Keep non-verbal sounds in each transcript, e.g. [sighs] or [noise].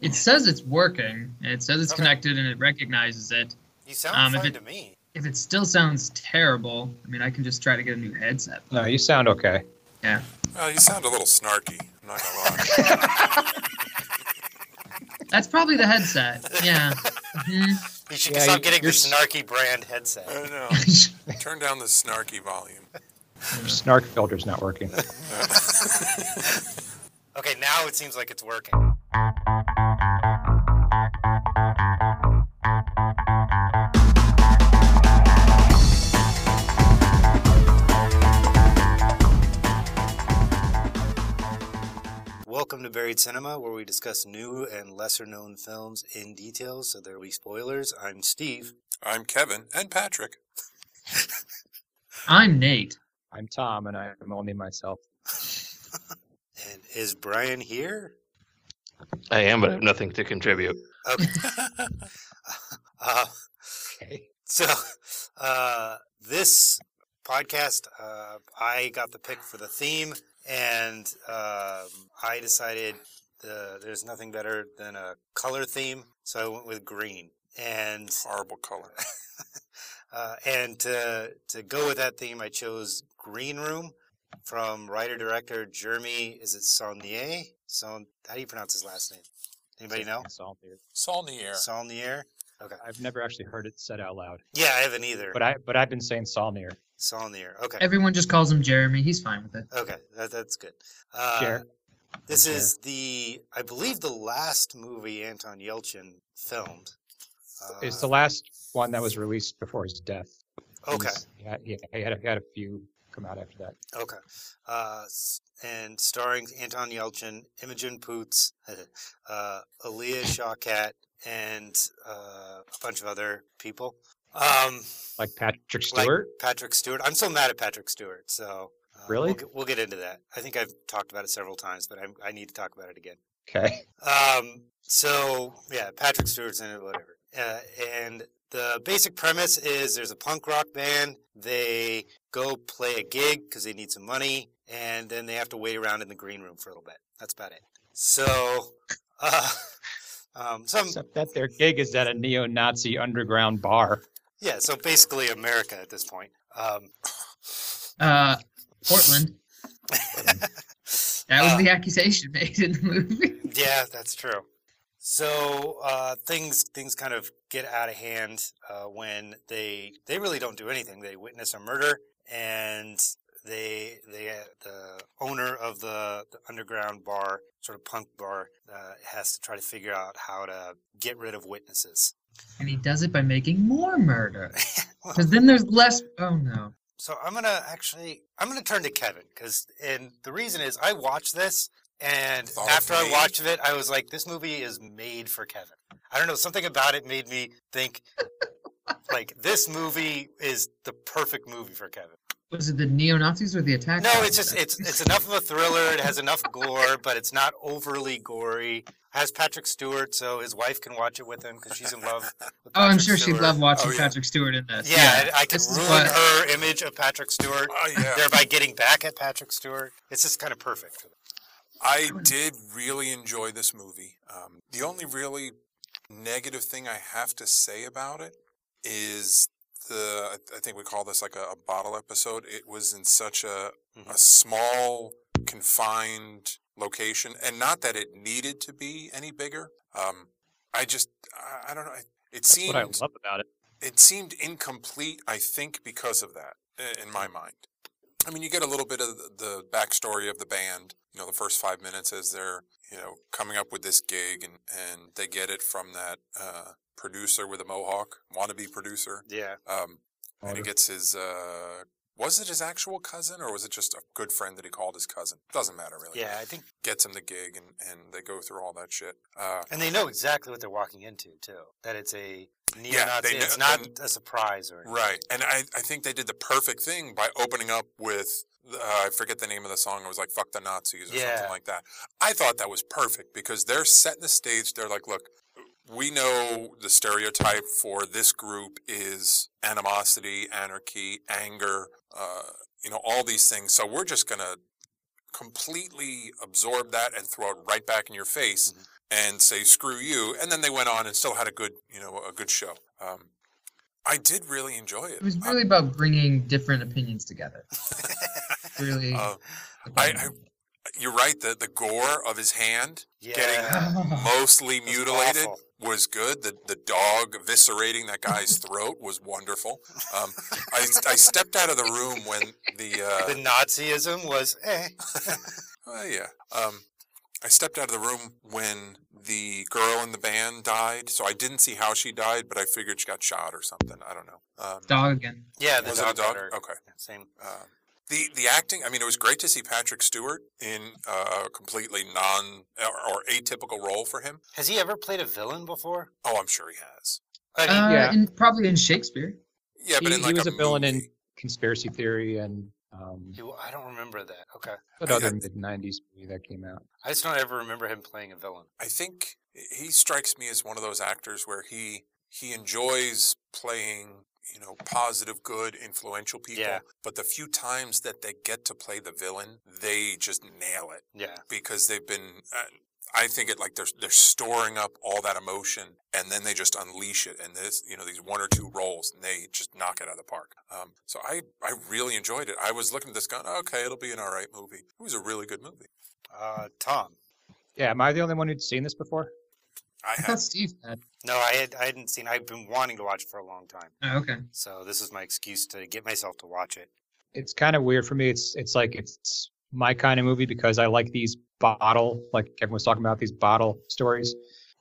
It says it's working. It says it's Okay. connected and it recognizes it. You sound Um, if fine it- to me. If it still sounds terrible, I mean, I can just try to get a new headset. No, you sound okay. Well, you sound a little snarky. I'm not gonna lie. That's probably the headset. [laughs] Yeah. hmm You should Yeah, stop you- getting your you're s- snarky brand headset. [laughs] I know. Turn down the snarky volume. Your snark filter's not working. [laughs] Okay, now it seems like it's working. Welcome to Buried Cinema, where we discuss new and lesser known films in detail, so there will be spoilers. I'm Steve. I'm Kevin and Patrick. I'm Nate. I'm Tom, and I'm only myself. And is Brian here? I am, but I have nothing to contribute. [laughs] Okay. [laughs] uh, Okay. So, uh, this podcast, uh, I got the pick for the theme, and um I decided the, there's nothing better than a color theme, so I went with green. And Horrible color. uh, and to to go with that theme, I chose Green Room from writer director Jeremy. Is it Saulnier? So how do you pronounce his last name? Anybody know? Solve it. Saulnier. Saulnier. I've never actually heard it said out loud, Yeah, I haven't either. but I but I've been saying Solnier. Saulnier. Okay. Everyone just calls him Jeremy. He's fine with it. Okay, that, that's good. Uh, Jer. This Jer. is the, I believe, the last movie Anton Yelchin filmed. Uh, It's the last one that was released before his death. okay, He's- He had, he had, a, he had a few come out after that. okay, uh, s- and starring Anton Yelchin, Imogen Poots, [laughs] uh, Aaliyah Shawkat, and uh, a bunch of other people. Um, Like Patrick Like- Stewart. Patrick Stewart. I'm so mad at Patrick Stewart. So uh, Really? we'll, get- we'll get into that. I think I've talked about it several times, but I'm, I need to talk about it again. okay. Um, so yeah, Patrick Stewart's in it, whatever. Uh, and the basic premise is there's a punk rock band. They go play a gig because they need some money, and then they have to wait around in the green room for a little bit. That's about it. So, uh, [laughs] [laughs] um, some Except that their gig is at a neo-Nazi underground bar. yeah. So basically, America at this point. Um, Uh, Portland. That was Uh, the accusation [laughs] made in the movie. [laughs] Yeah, that's true. So uh, things things kind of get out of hand uh, when they they really don't do anything. They witness a murder, and they they uh, the owner of the, the underground bar, sort of punk bar, uh, has to try to figure out how to get rid of witnesses. And he does it by making more [laughs] murder. Because then there's less. Oh no. So I'm gonna actually I'm gonna turn to Kevin because and the reason is I watched this and Thought of after I me? watched it I was like this movie is made for Kevin. I don't know something about it made me think like this movie is the perfect movie for Kevin. Was it the neo Nazis or the attack? No, dogs it's just that- it's it's enough of a thriller. It has enough gore, but it's not overly gory. Has Patrick Stewart, so his wife can watch it with him because she's in [laughs] love. with Oh, I'm Patrick sure she'd Stewart. love watching Oh, yeah. Patrick Stewart in this. Yeah, I I could This is ruin what- her image of Patrick Stewart Oh yeah. thereby getting back at Patrick Stewart. It's just kind of perfect. for them. I did really enjoy this movie. Um, the only really negative thing I have to say about it is the I- I think we call this like a, a bottle episode. It was in such a a Mm-hmm. Mhm. small confined location, and not that it needed to be any bigger. Um, I just I, I don't know. It, it That's seemed what I love about it. it seemed incomplete, I think, because of that, i- in my mind. I mean, you get a little bit of the- the backstory of the band, you know, the first five minutes as they're, you know, coming up with this gig, and, and they get it from that uh, producer with a mohawk, wannabe producer. Yeah. Um, and he gets his, uh, was it his actual cousin, or was it just a good friend that he called his cousin? Doesn't matter, really. Oh, Yeah, I think Gets him the gig, and, and they go through all that shit. Uh, and they know exactly what they're walking into too. That it's a neo-Nazi. they know- it's not and- a surprise or anything. Right. And I, I think they did the perfect thing by opening up with, uh, I forget the name of the song. It was like, fuck the Nazis or Yeah. something like that. I thought that was perfect because they're setting the stage. They're like, look, we know the stereotype for this group is animosity, anarchy, anger, uh, you know, all these things. So we're just going to completely absorb that and throw it right back in your face. Mhm. and say screw you, and then they went on and still had a good you know a good show. Um, I did really enjoy it. It was I- really about bringing different opinions together. Really. uh, about- I- you're right. The the gore of his hand yeah. [laughs] mostly was mutilated awful. was good. The the dog eviscerating that guy's throat was wonderful. Um, I I stepped out of the room when the uh, the Nazism was eh. Oh yeah. Um, I stepped out of the room when the girl in the band died, so I didn't see how she died, but I figured she got shot or something. I don't know. Um, [sighs] Dog again. Yeah, the was dog. it a dog? got her. Okay. Same. Um, the the acting. I mean, it was great to see Patrick Stewart in a completely non or, or atypical role for him. Has he ever played a villain before? Oh, I'm sure he has. I mean, Uh, yeah. in, probably in Shakespeare. Yeah, but He- in he like was a villain in- movie. Conspiracy Theory and um, you- I don't remember that. Okay. what I- other I- mid '90s movie that came out? I just don't ever remember him playing a villain. I think he strikes me as one of those actors where he he enjoys playing, you know, positive, good, influential people. Yeah. But the few times that they get to play the villain, they just nail it Yeah. because they've been. Uh, I think it like they're they're storing up all that emotion and then they just unleash it and this you know these one or two rolls and they just knock it out of the park. Um, so I I really enjoyed it. I was looking at this going okay it'll be an all right movie. It was a really good movie. Uh, Tom. Yeah, am I the only one who'd seen this before? I I had [laughs] thought Steve had. No, I had I hadn't seen. I've been wanting to watch it for a long time, Oh, okay. so this is my excuse to get myself to watch it. It's kind of weird for me. It's it's like it's my kind of movie because I like these bottle, like everyone was talking about these bottle stories,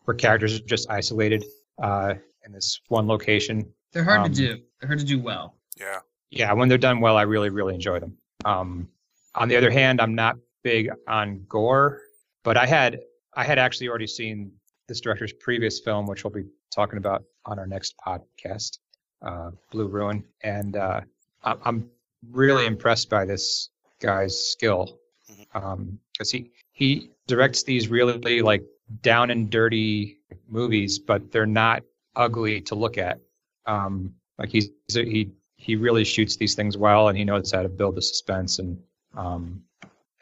where characters are just isolated uh, in this one location They're hard Um, to do. They're hard to do well. yeah yeah, when they're done well, I really, really enjoy them. Um, on the other hand, I'm not big on gore, but I had I had actually already seen this director's previous film, which we'll be talking about on our next podcast, uh, Blue Ruin, and uh, I- I'm really impressed by this guy's skill because he he directs these really like down and dirty movies, but they're not ugly to look at. Um, like he's he he really shoots these things well and he knows how to build the suspense and um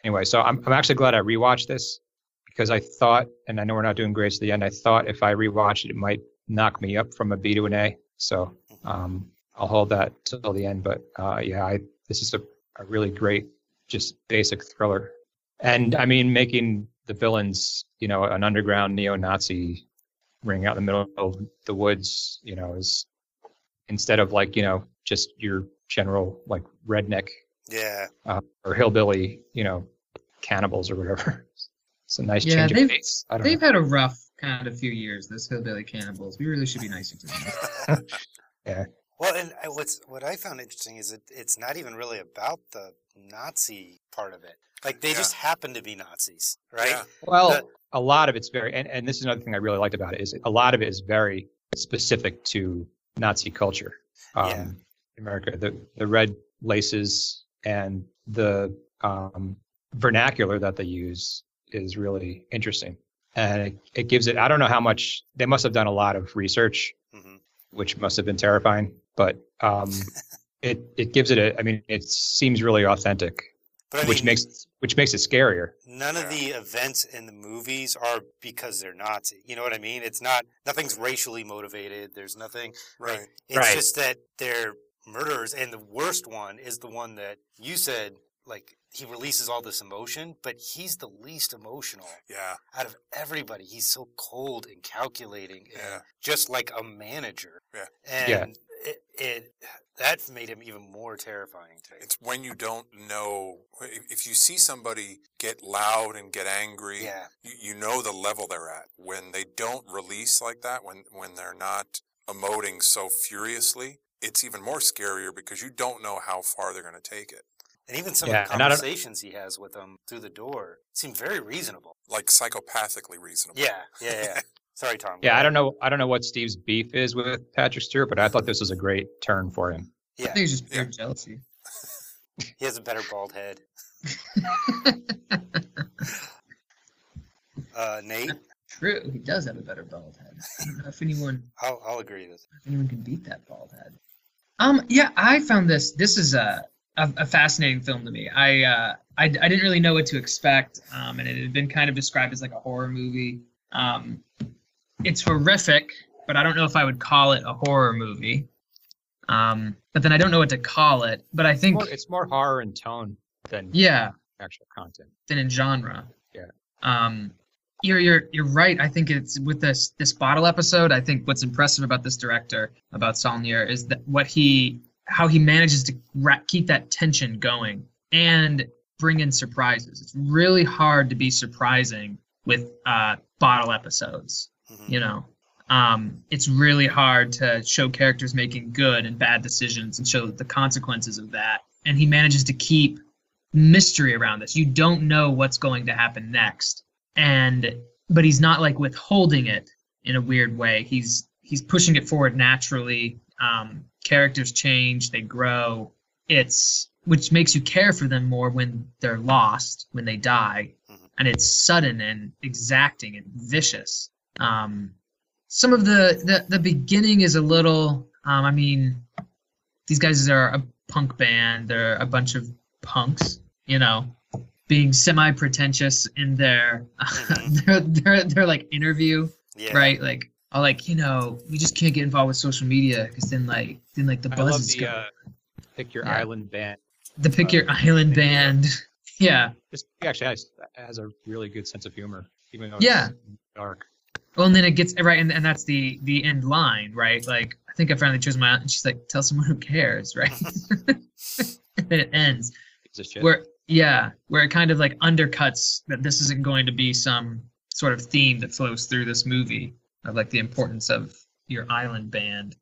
anyway so i'm, I'm actually glad i rewatched this because i thought and i know we're not doing great to the end i thought if i rewatched it it might knock me up from a b to an a so um i'll hold that till the end but uh yeah i this is a, a really great just basic thriller and i mean making the villains you know an underground neo-nazi ring out in the middle of the woods you know is instead of like you know just your general like redneck Yeah. uh, or hillbilly you know cannibals or whatever [laughs] it's a nice Yeah, change of they've- pace i don't They've know had a rough kind of few years. This hillbilly cannibals. We really should be nicer to them. [laughs] Well, and I- what's what I found interesting is it, it's not even really about the Nazi part of it. Like they Yeah. just happen to be Nazis, right? Yeah. well the- a lot of it's very and, and this is another thing i really liked about it is a lot of it is very specific to nazi culture um Yeah. in america the the red laces and the um vernacular that they use is really interesting and it, it gives it i don't know how much they must have done a lot of research hmm which must have been terrifying. But [laughs] um, it it gives it a. I mean, it seems really authentic, But I which mean, makes which makes it scarier. none of the events in the movies are because they're Nazi. You know what I mean? It's not nothing's racially motivated. There's nothing. right. It's Right. just that they're murderers, and the worst one is the one that you said. Like he releases all this emotion, but he's the least emotional Yeah. out of everybody. He's so cold and calculating, and Yeah. just like a manager. Yeah. And Yeah. It, it that made him even more terrifying to me. It's when you don't know. if- If you see somebody get loud and get angry, Yeah, you, you know the level they're at. When they don't release like that, when when they're not emoting so furiously, it's even more scarier because you don't know how far they're going to take it. and even some Yeah, of the and I don't- conversations he has with them through the door seem very reasonable. Like psychopathically reasonable. Yeah, yeah, [laughs] yeah. Sorry, Tom. go Yeah, I ahead. don't know. I don't know what Steve's beef is with Patrick Stewart, but I thought this was a great turn for him. I Yeah. think it's just pure [laughs] Yeah. jealousy. [laughs] He has a better bald head. Uh, Nate, True, he does have a better bald head. I don't know if anyone I'll, I'll agree with. if anyone can beat that bald head. Um, yeah, I found this. This is a a, a fascinating film to me. I, uh, I I didn't really know what to expect. Um, and it had been kind of described as like a horror movie. Um, it's horrific, but I don't know if I would call it a horror movie. Um, but then I don't know what to call it. But I think, More, it's more horror in tone than yeah, actual content. than in genre. Yeah. Um, you're you're you're right. I think it's with this this bottle episode. I think what's impressive about this director about Saulnier is that what he how he manages to ra- keep that tension going and bring in surprises. It's really hard to be surprising with uh, bottle episodes. Mhm. You know, um, it's really hard to show characters making good and bad decisions and show the consequences of that. And he manages to keep mystery around this. You don't know what's going to happen next, and but he's not like withholding it in a weird way. He's he's pushing it forward naturally. Um, characters change, they grow. It's which makes you care for them more when they're lost, when they die, Mhm. and it's sudden and exacting and vicious. Um, some of the, the the beginning is a little um i mean these guys are a punk band they're a bunch of punks you know being semi pretentious in their, [laughs] Mhm. their their their like interview Yeah. right like oh like you know we just can't get involved with social media because then like then like the I buzz love is the gone. uh, pick your Yeah. island band. the pick your uh, island thing, yeah. band [laughs] yeah This he actually has, has a really good sense of humor, even though Yeah. it's dark. Well, and then it gets right, and, and that's the the end line, right? Like I think I finally chose my aunt, and she's like, "Tell someone who cares," [laughs] [laughs] right? and then it ends It's a shit. where, yeah, where it kind of like undercuts that this isn't going to be some sort of theme that flows through this movie of like the importance of your island band.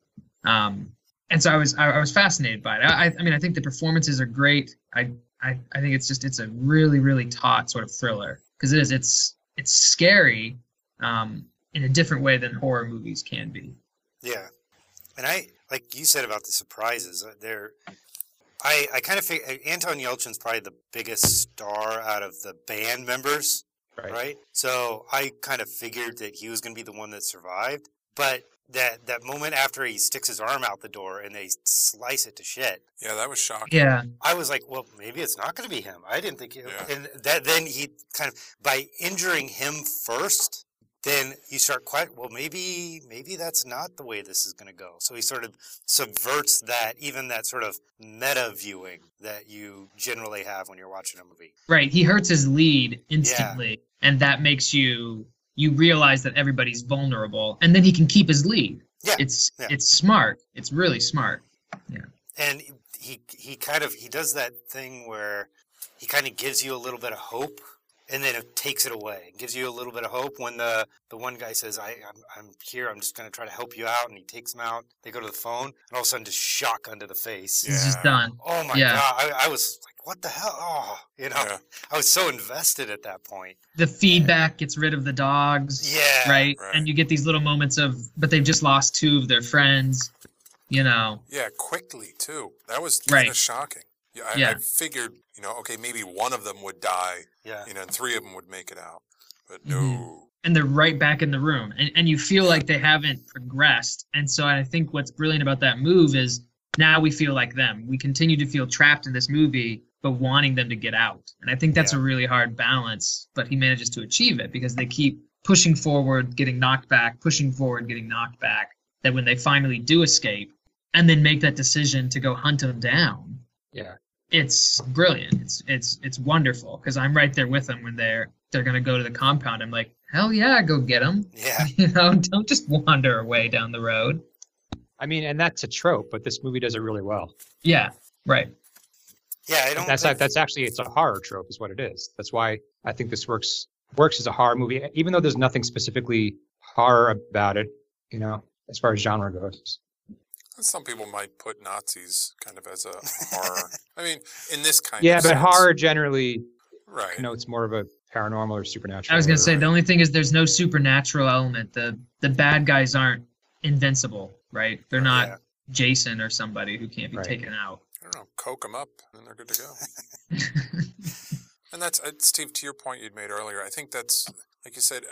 Um, and so I was I, I was fascinated by it. I, I I mean I think the performances are great. I I I think it's just it's a really really taut sort of thriller because it is it's it's scary um, in a different way than horror movies can be. Yeah, and I like you said about the surprises. uh, There, I I kind of fig- uh, Anton Yelchin's probably the biggest star out of the band members, Right. right? So I kind of figured that he was going to be the one that survived, but that that moment after he sticks his arm out the door and they slice it to shit, Yeah, that [laughs] was shocking. Yeah, I was like, well, maybe it's not going to be him. I didn't think, it, Yeah. and that then he kind of by injuring him first, then you start quite well. Maybe maybe that's not the way this is going to go. So he sort of subverts that, even that sort of meta viewing that you generally have when you're watching a movie. right. He hurts his lead instantly, and that makes you you realize that everybody's vulnerable, and then he can keep his lead. Yeah, it's yeah. it's smart. It's really smart. and he he kind of he does that thing where he kind of gives you a little bit of hope and then it takes it away gives you a little bit of hope when the the one guy says I, I'm, I'm here i'm just going to try to help you out and he takes him out they go to the phone and all of a sudden just shock under the face He's just Yeah. done. oh my Yeah. god I, I was like what the hell oh you know Yeah, i was so invested at that point The feedback gets rid of the dogs. yeah right? right. And you get these little moments of, but they've just lost two of their friends. You know, yeah, quickly too. That was kind Right. of shocking. Yeah I, I Yeah. figured, you know, okay, maybe one of them would die, yeah you know, and three of them would make it out, but no. and they're right back in the room, and and you feel like they haven't progressed. And so I think what's brilliant about that move is now we feel like them. We continue to feel trapped in this movie, but wanting them to get out. And I think that's a really hard balance, but he manages to achieve it because they keep pushing forward, getting knocked back, pushing forward, getting knocked back. That when they finally do escape, and then make that decision to go hunt them down, Yeah. it's brilliant. It's it's it's wonderful because I'm right there with them when they're they're gonna go to the compound. I'm like, hell yeah, go get them. yeah [laughs] You know, don't just wander away down the road. I mean, and that's a trope, but this movie does it really well. Yeah, right. yeah i don't That's think- like, that's actually it's a horror trope, is what it is. That's why I think this works works as a horror movie, even though there's nothing specifically horror about it. You know, as far as genre goes. Some people might put Nazis kind of as a horror. I mean, in this kind Yeah, of but sense. horror generally right? connotes more of a paranormal or supernatural. I was gonna or- say the only thing is there's no supernatural element. The the bad guys aren't invincible, right? They're not Yeah. Jason or somebody who can't be Right. taken out. I don't know, coke them up, and then they're good to [laughs] go. And that's uh, Steve. To your point you'd made earlier, I think that's like you said.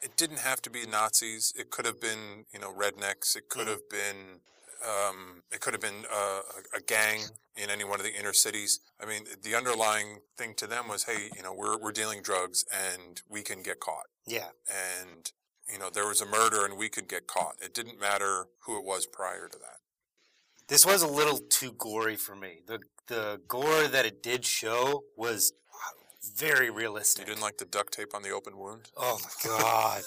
It didn't have to be Nazis. It could have been, you know, rednecks. It could have been Um, it could have been uh, a, a gang in any one of the inner cities. I mean, the underlying thing to them was, hey, you know, we're we're dealing drugs and we can get caught. Yeah. And you know, there was a murder and we could get caught. It didn't matter who it was prior to that. This was a little too gory for me. The the gore that it did show was uh, very You realistic. didn't like the duct tape on the open wound. oh my god!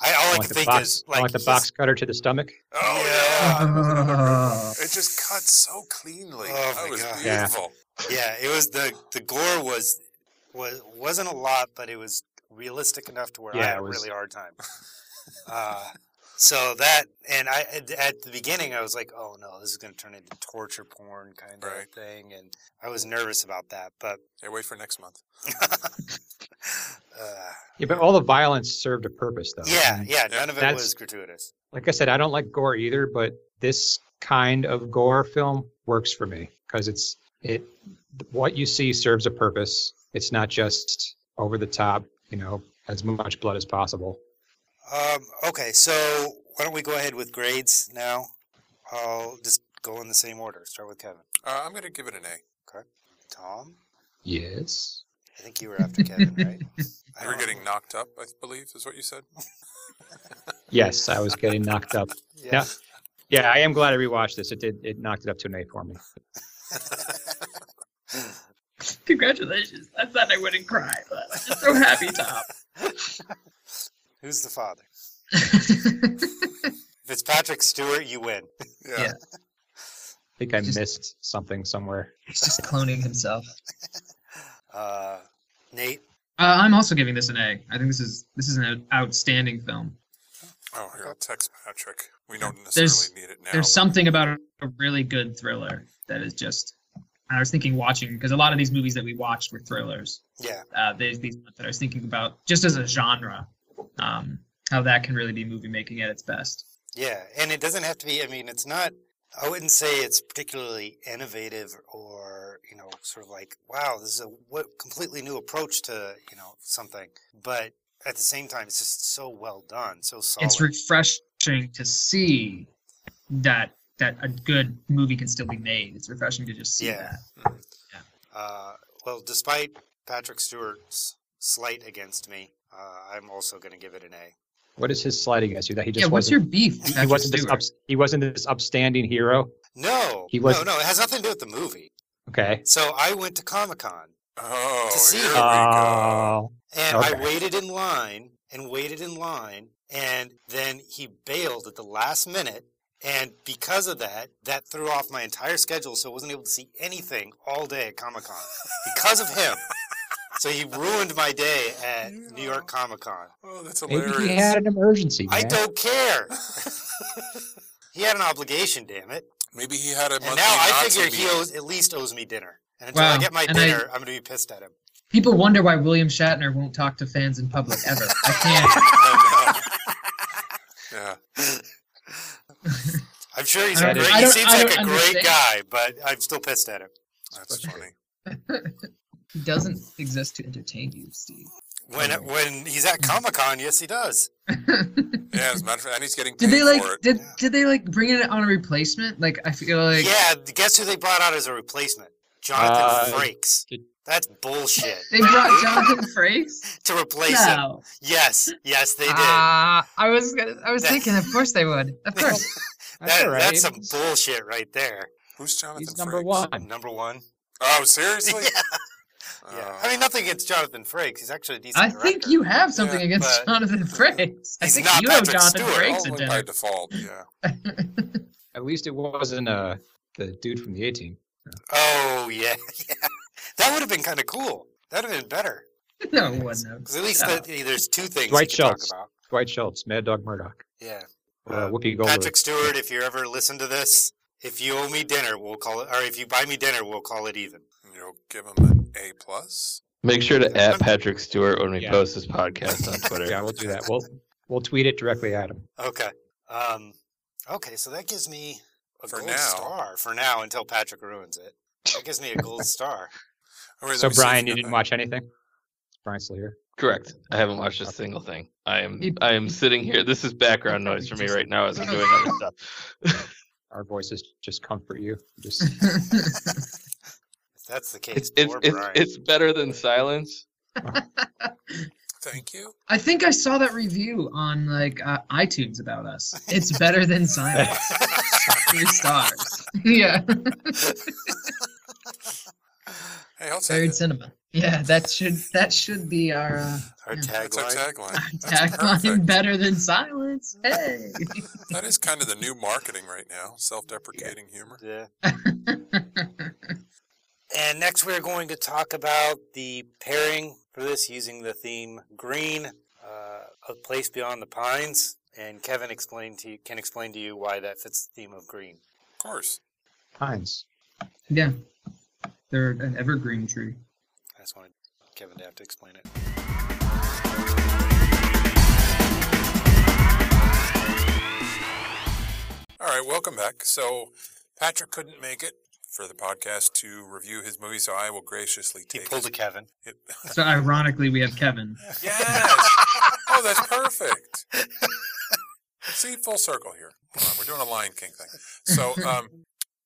I all I Like can the think box- is like the he's- box cutter to the stomach. [laughs] Oh yeah. That was another It just cut so cleanly. Oh, that my was God. Yeah. beautiful. yeah, it was the the gore was was wasn't a lot, but it was realistic enough to where I Yeah, had it a was- really hard [laughs] time. uh, so that and I at- at the beginning I was like, oh no, this is going to turn into torture porn kind of Right. thing, and I was nervous about that. But [sighs] Yeah, wait for next month. uh, Yeah, but all the violence served a purpose, though. yeah, And yeah, none of it That's- was gratuitous. Like I said, I don't like gore either, but this kind of gore film works for me because it's it what you see serves a purpose. It's not just over the top, you know, as much blood as possible. Um, okay, so why don't we go ahead with grades now? I'll just go in the same order. Start with Kevin, Uh, I'm going to give it an A. Tom. Yes. I think you were after Kevin, right? I You were don't- getting knocked up, I believe, is what you said. Yes, I was getting knocked up. yeah. Yeah, I am glad I rewatched this. It did it knocked it up to an A for me. Congratulations. I thought I wouldn't cry, but I'm just so happy, Tom. [laughs] [laughs] Who's the father? If it's Patrick Stewart, you win. [laughs] Yeah. I think I Just- missed something somewhere. He's just cloning himself. Uh, Nate, Uh, I'm also giving this an A. I think this is this is an outstanding film. Oh, here, I'll text Patrick. We don't necessarily There's- need it now. There's something about a really good thriller that is just. I was thinking watching because a lot of these movies that we watched were thrillers. yeah, Uh, there's these ones that I was thinking about just as a genre, um, how that can really be movie making at its best. yeah, and it doesn't have to be. I mean, it's not. I wouldn't say it's particularly innovative or you know, sort of like, wow, this is a what completely new approach to you know something. But at the same time, it's just so well done, so solid. It's refreshing to see that that a good movie can still be made. It's refreshing to just see Yeah. that. Uh, well, despite Patrick Stewart's slight against me, uh, I'm also going to give it an A. What is his slide against you? That he just yeah, what's wasn't your beef? he- he Patrick wasn't this Stewart? up, he wasn't this upstanding hero. No, He was- no, no. It has nothing to do with the movie. Okay. So I went to Comic Con Oh, To see here it. we go. Oh, And I Okay. waited in line and waited in line. And then he bailed at the last minute. And because of that, that threw off my entire schedule. So I wasn't able to see anything all day at Comic Con because of [laughs] him. So he ruined my day at New York Comic Con. Oh, that's maybe hilarious. he had an emergency. I man. don't [laughs] care. he had an obligation, damn it. Maybe he had a monthly And now I Nazi figure he meeting. owes, at least owes me dinner. And until I Wow. get my And I- dinner, I... am going to be pissed at him. People wonder why William Shatner won't talk to fans in public ever. I can't. [laughs] I know. [laughs] yeah. I'm sure he's I a don't- great, I he don't- seems I like a don't great understand. guy, but I'm still pissed at him. That's funny. He doesn't exist to entertain you, Steve. When when he's at Comic Con, yes, he does. Yeah, as a matter of fact, and he's getting [laughs] paid Did they like for it. did did they like bring it on a replacement? Like I feel like yeah, guess who they brought out as a replacement? Jonathan Uh, Frakes. did- That's bullshit. they brought Jonathan Frakes. to replace him. No, Yes, yes, they did. Ah, I was gonna, I was That- thinking, of course they would, of course. That's That- all right. That's some bullshit right there. Who's Jonathan He's number Frakes? one. Number one. Uh. Oh, seriously? [laughs] Yeah, Oh. yeah. I mean, nothing against Jonathan Frakes. He's actually a decent I think director. you have something Yeah, against but- Jonathan Frakes. I He's think not you have Patrick Jonathan Stewart, Oh, Frakes at Only by dinner. default, yeah. At least it wasn't uh the dude from the A team. Oh, yeah, [laughs] yeah. That would have been kind of cool. That would have been better. [laughs] No one knows. Because at least Yeah. the, there's two things Dwight you can talk Schultz. about. Dwight Schultz, Mad Dog Murdoch, Yeah. uh, Uh, Whoopi Goldberg. Patrick Stewart, if you ever listen to this, if you owe me dinner, we'll call it, or if you buy me dinner, we'll call it even. You'll give him an A plus. Make sure to at Patrick Stewart when we Yeah. post this podcast on Twitter. Yeah, we'll do that. We'll we'll tweet it directly at him. Okay. Um, okay, so that gives me a For gold now. star for now until Patrick ruins it. That gives me a gold star. Oh, wait, let So me see if Brian, you got didn't that. watch anything. Brian's still here. Correct. I haven't watched a single thing. I am It- I am sitting here. This is background noise for me right now as I'm doing other stuff. our voices just comfort you. [laughs] Just If that's the case, It's it's poor it's, Brian. it's better than silence. [sighs] Thank you. [laughs] I think I saw that review on like uh, iTunes about us. It's better than [laughs] silence. Three stars. [laughs] yeah. Hey, I'll take Third it. cinema. Yeah, that should that should be our, uh, [laughs] Our yeah. That's our tagline. [laughs] our tagline. [laughs] That's tagline. perfect. Better than silence. Hey. [laughs] That is kind of the new marketing right now. Self-deprecating humor. Yeah. And next, we're going to talk about the pairing for this using the theme green, uh, a place beyond the pines. And Kevin explained to you, can explain to you why that fits the theme of green. Of course. pines. yeah. They're an evergreen tree. I just wanted Kevin to have to explain it. All right, welcome back. So Patrick couldn't make it for the podcast to review his movie, so I will graciously He take pulled a his- Kevin. it. So ironically, we have Kevin. Yes. oh, that's perfect. See, full circle here. Come on, we're doing a Lion King thing. So, um,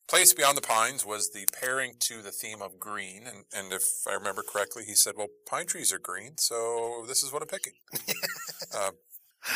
Place Beyond the Pines was the pairing to the theme of green. And, and if I remember correctly, he said, well, pine trees are green, so this is what I'm picking. um,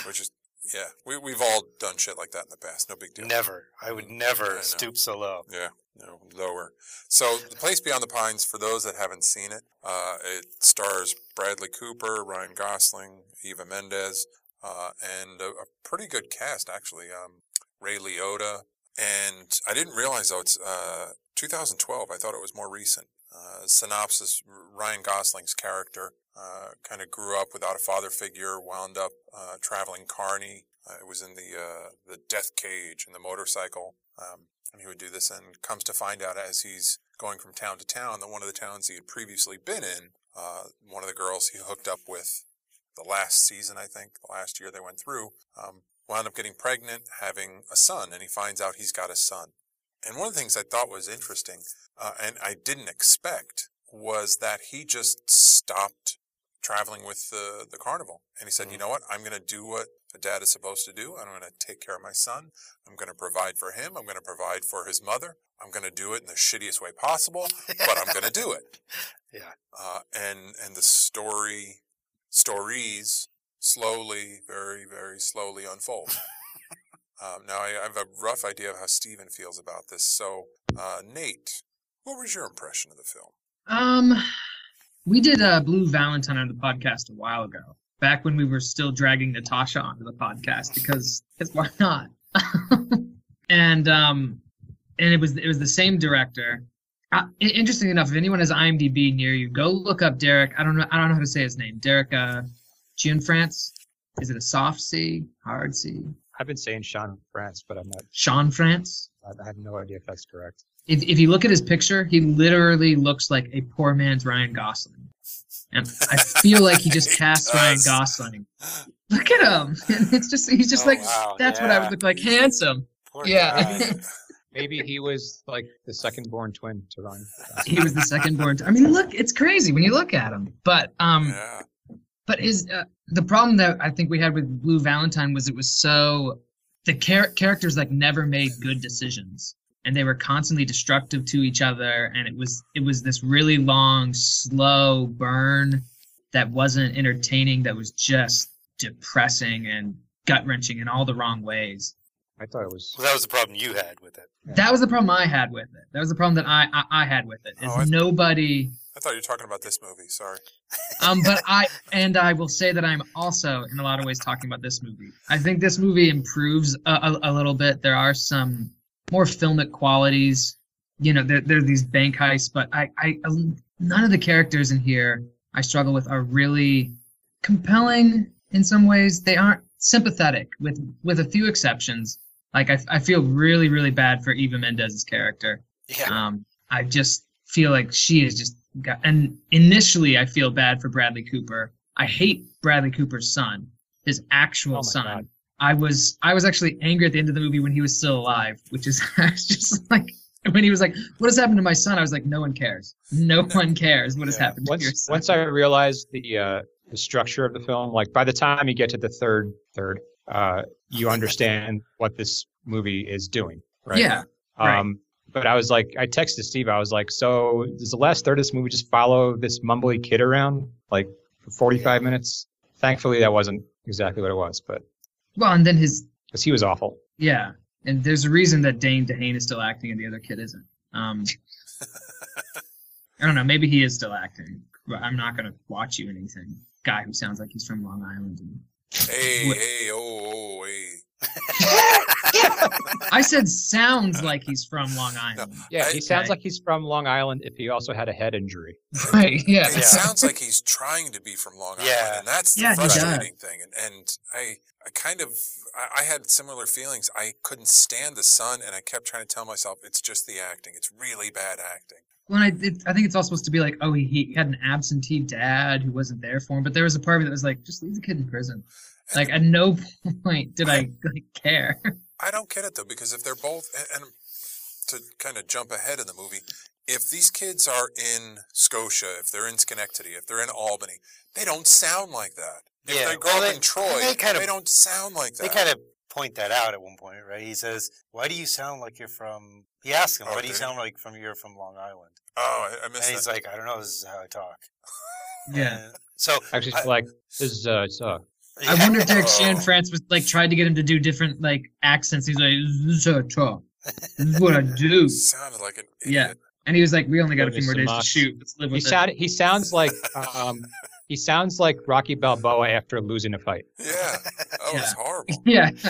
which is, yeah, we, we've all done shit like that in the past. No big [laughs] deal. Never. I would Mm, I never know. stoop so low. Yeah, no, lower. So, The Place Beyond the Pines, for those that haven't seen it, uh, it stars Bradley Cooper, Ryan Gosling, Eva Mendes, uh, and a, a pretty good cast, actually. Um, Ray Liotta. And I didn't realize, though, it's uh, 2012. I thought it was more recent. Uh, synopsis Ryan Gosling's character uh, kind of grew up without a father figure, wound up uh, traveling carny. Uh, it was in the, uh, the death cage and the motorcycle. Um, and he would do this and comes to find out as he's going from town to town that one of the towns he had previously been in, uh, one of the girls he hooked up with the last season, I think, the last year they went through, um, wound up getting pregnant, having a son, and he finds out he's got a son. And one of the things I thought was interesting, uh, and I didn't expect, was that he just stopped traveling with the, the carnival. And he said, you know what? I'm going to do what a dad is supposed to do. I'm going to take care of my son. I'm going to provide for him. I'm going to provide for his mother. I'm going to do it in the shittiest way possible, but I'm going to do it. Yeah. Uh, and and the story stories slowly, very very slowly unfold. um, now I, I have a rough idea of how Steven feels about this. So uh, Nate, what was your impression of the film? Um, we did a Blue Valentine on the podcast a while ago, back when we were still dragging Natasha onto the podcast because because why not? [laughs] and um, and it was it was the same director. Uh, i- interesting enough, if anyone has IMDb near you, go look up Derek. I don't know. I don't know how to say his name. Derek uh, June France. Is it a soft C, hard C? I've been saying Sean France, but I'm not. Sean France. I- I have no idea if that's correct. If, if you look at his picture, he literally looks like a poor man's Ryan Gosling. And I feel like he just He cast [laughs] Ryan does. Gosling. Look at him. [laughs] It's just he's just Oh, like wow, that's what I yeah. would look like. Handsome. Poor Yeah. guy. Maybe he was like the second born twin to Ryan. Gosling. He was the second born. I mean, look, it's crazy when you look at him. But um yeah, but his uh, the problem that I think we had with Blue Valentine was it was so the char- characters like never made good decisions and they were constantly destructive to each other and it was it was this really long slow burn that wasn't entertaining that was just depressing and gut wrenching in all the wrong ways I thought it was. Well, that was the problem you had with it. that was the problem I had with it. That was the problem that I I, I had with it. Is Oh, I- nobody. I thought you were talking about this movie. Sorry. Um, but I and I will say that I'm also in a lot of ways talking about this movie. I think this movie improves a, a, a little bit. There are some more filmic qualities. You know, there there are these bank heists, but I I none of the characters in here I struggle with are really compelling in some ways. They aren't sympathetic with with a few exceptions. Like I, I feel really really bad for Eva Mendez's character. Yeah. Um, I just feel like she is just got, and initially I feel bad for Bradley Cooper. I hate Bradley Cooper's son, his actual Oh my son. God. I was I was actually angry at the end of the movie when he was still alive, which is [laughs] I was just like when he was like, "What has happened to my son?" I was like, "No one cares. No one cares what has Yeah. happened to your [laughs] Once son." once I realized the uh, the structure of the film, like by the time you get to the third third, uh, you understand what this movie is doing. Right. Yeah. Right. Um, but I was like, I texted Steve. I was like, so does the last third of this movie just follow this mumbly kid around like for 45 minutes? Thankfully, that wasn't exactly what it was, but Well, and then his because he was awful. yeah, and there's a reason that Dane DeHane is still acting and the other kid isn't. Um, I don't know. Maybe he is still acting, but I'm not gonna watch you anything. Guy who sounds like he's from Long Island. And Hey, What- hey, oh, oh, hey. I said sounds like he's from Long Island. Yeah, he sounds Okay. [laughs] like he's from Long Island if he also had a head injury. Right? Yeah. It sounds like he's trying to be from Long Island, Yeah. and that's the Yeah, he does. frustrating thing. And, and I, I kind of, I, I had similar feelings. I couldn't stand the sun, and I kept trying to tell myself it's just the acting. It's really bad acting. Well, I, it, I think it's all supposed to be like, oh, he, he had an absentee dad who wasn't there for him. But there was a part of me that was like, just leave the kid in prison. Like, at no [laughs] point did I like care. [laughs] I don't get it though, because if they're both, and, and to kind of jump ahead in the movie, if these kids are in Scotia, if they're in Schenectady, if they're in Albany, they don't sound like that. If Yeah, they grow well, up they- in Troy, they they, kind of- don't sound like that. They kind of point that out at one point, right? He says, "Why do you sound like you're from?" He asks him, Oh, "Why do you did he? sound like from you're from Long Island?" oh, I, I And missed he's that. like, "I don't know. This is how I talk." Yeah. And So [laughs] Actually, it's I- like this is uh, it's, uh, I wonder [laughs] if Derek Oh. Shan France was like tried to get him to do different like accents. He's like, this is how I talk. This is what I [laughs] do. sounded like an Yeah. idiot. And he was like, we only got a Well, few more Mr. days to Mox, shoot. Let's live he with it. sound, he sounds like um, he sounds like Rocky Balboa after losing a fight. Yeah. Oh, it's horrible. Yeah. [laughs]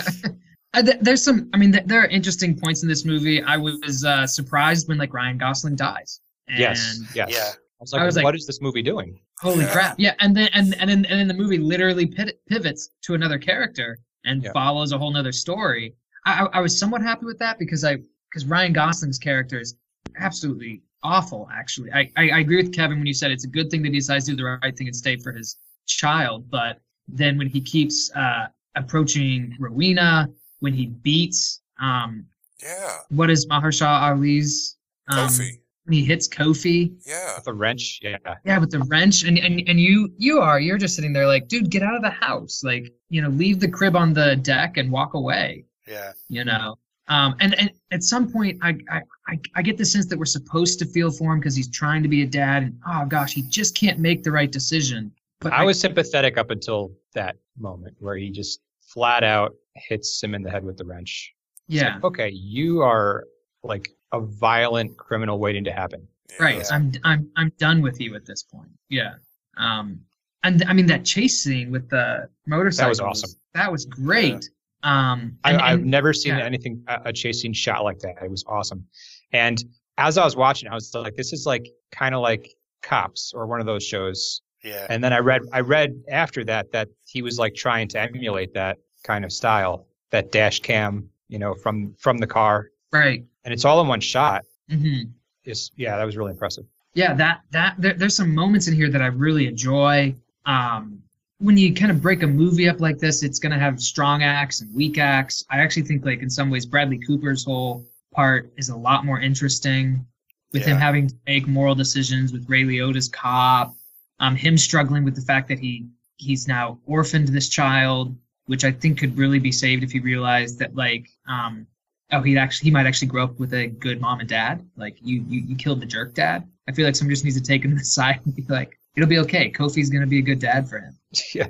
Uh, th- There's some. I mean, th- there are interesting points in this movie. I was uh, surprised when like Ryan Gosling dies. And yes, yes. yeah. I was like, I was like- what is this movie doing? Holy Yeah. crap! Yeah, and then and and then, and then the movie literally pit, pivots to another character and Yeah. follows a whole nother story. I, I I was somewhat happy with that because I because Ryan Gosling's character is absolutely awful. Actually, I, I I agree with Kevin when you said it's a good thing that he decides to do the right thing and stay for his child, but then when he keeps uh, approaching Rowena, when he beats um Yeah. what is Mahershala Ali's um, Kofi. when he hits Kofi. Yeah. The wrench, yeah. Yeah, with the wrench and, and and you you are you're just sitting there like, dude, get out of the house, like you know, leave the crib on the deck and walk away, yeah, you know. Um, and and at some point, I I I, I get the sense that we're supposed to feel for him because he's trying to be a dad, and oh gosh, he just can't make the right decision. But I was sympathetic up until that moment where he just flat out hits him in the head with the wrench. It's yeah, like, okay, you are like a violent criminal waiting to happen. yeah. right. I'm I'm I'm done with you at this point. Yeah. Um, and I mean that chase scene with the motorcycle awesome. That was great. Um, I, and- I've and- never seen yeah. anything a, a chasing shot like that. It was awesome. And as I was watching, I was like, this is like kind of like Cops or one of those shows. yeah. And then I read I read after that that he was like trying to emulate that kind of style, that dash cam, you know, from from the car. right. And it's all in one shot. hmm It's yeah, that was really impressive. yeah that that there, there's some moments in here that i really enjoy um when you kind of break a movie up like this it's going to have strong acts and weak acts i actually think like in some ways bradley cooper's whole part is a lot more interesting with him Yeah. having to make moral decisions with ray liotta's cop um him struggling with the fact that he he's now orphaned this child which i think could really be saved if he realized that like um oh he'd actually he might actually grow up with a good mom and dad like you you, you killed the jerk dad i feel like someone just needs to take him [laughs] to the side and be like it'll be okay kofi's gonna be a good dad for him yeah.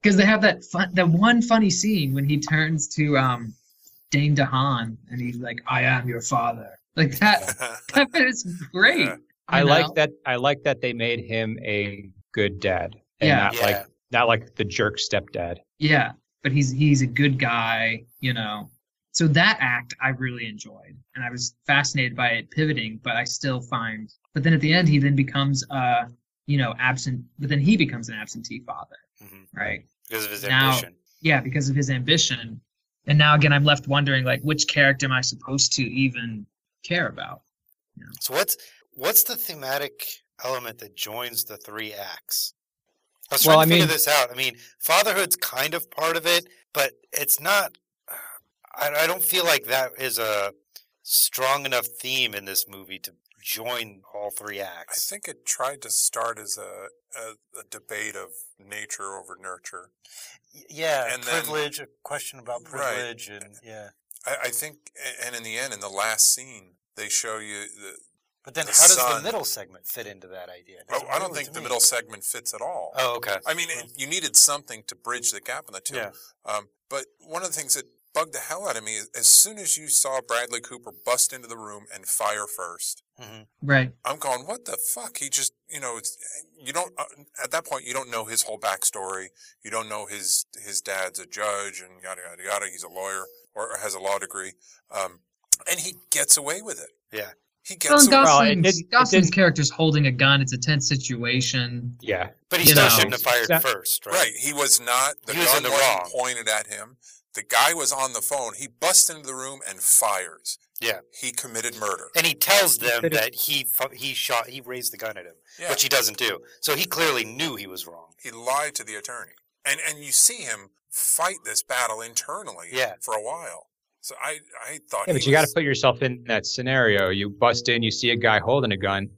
because they have that fun that one funny scene when he turns to um dane dehaan and he's like i am your father like that [laughs] [laughs] that bit is great Yeah. I you like know? that I like that they made him a good dad. And Yeah. not Yeah. like not like the jerk stepdad. yeah but he's he's a good guy you know so that act i really enjoyed and i was fascinated by it pivoting but i still find but then at the end he then becomes uh you know absent but then he becomes an absentee father Mhm. Mm-hmm. right Because of his Now- ambition. yeah because of his ambition and now again i'm left wondering like which character am i supposed to even care about So what's what's the thematic element that joins the three acts? I was trying Well, I to figure mean- this out. I mean, fatherhood's kind of part of it, but it's not. I, I don't feel like that is a strong enough theme in this movie to join all three I acts. think it tried to start as a, a, a debate of nature over nurture. Y- yeah, and then- privilege, a question about Right. privilege, and yeah, I, I think, a- and in the end, in the last scene, they show you the. But then, The how does sun. the middle segment fit into that idea? It Oh, doesn't I don't really to think the me. middle segment fits at all. Oh, okay. I mean, it, you needed something to bridge the gap in the two. Yeah. Um, but one of the things that bugged the hell out of me is as soon as you saw Bradley Cooper bust into the room and fire first, Mhm. Right. I'm going, what the fuck? He just, you know, it's, you don't, uh, at that point, you don't know his whole backstory. You don't know his, his dad's a judge and yada, yada, yada. He's a lawyer or, or has a law degree. Um, and he gets away with it. Yeah. He Well, gets and away Well, it Gosling's, didn't- it Gosling's didn't- character's holding a gun. It's a tense situation. Yeah. But he You still know. shouldn't have fired Yeah. first, right? Right. He was not. The He was in gun the was wrong. not pointed at him. The guy was on the phone. He busts into the room and fires. Yeah. He committed murder. And he tells them But it- that he fu- he shot, he raised the gun at him, Yeah. which he doesn't do. So he clearly knew he was wrong. He lied to the attorney. And and you see him fight this battle internally Yeah. for a while. So I I thought Yeah, he but you got was- to put yourself in that scenario. You bust in, you see a guy holding a gun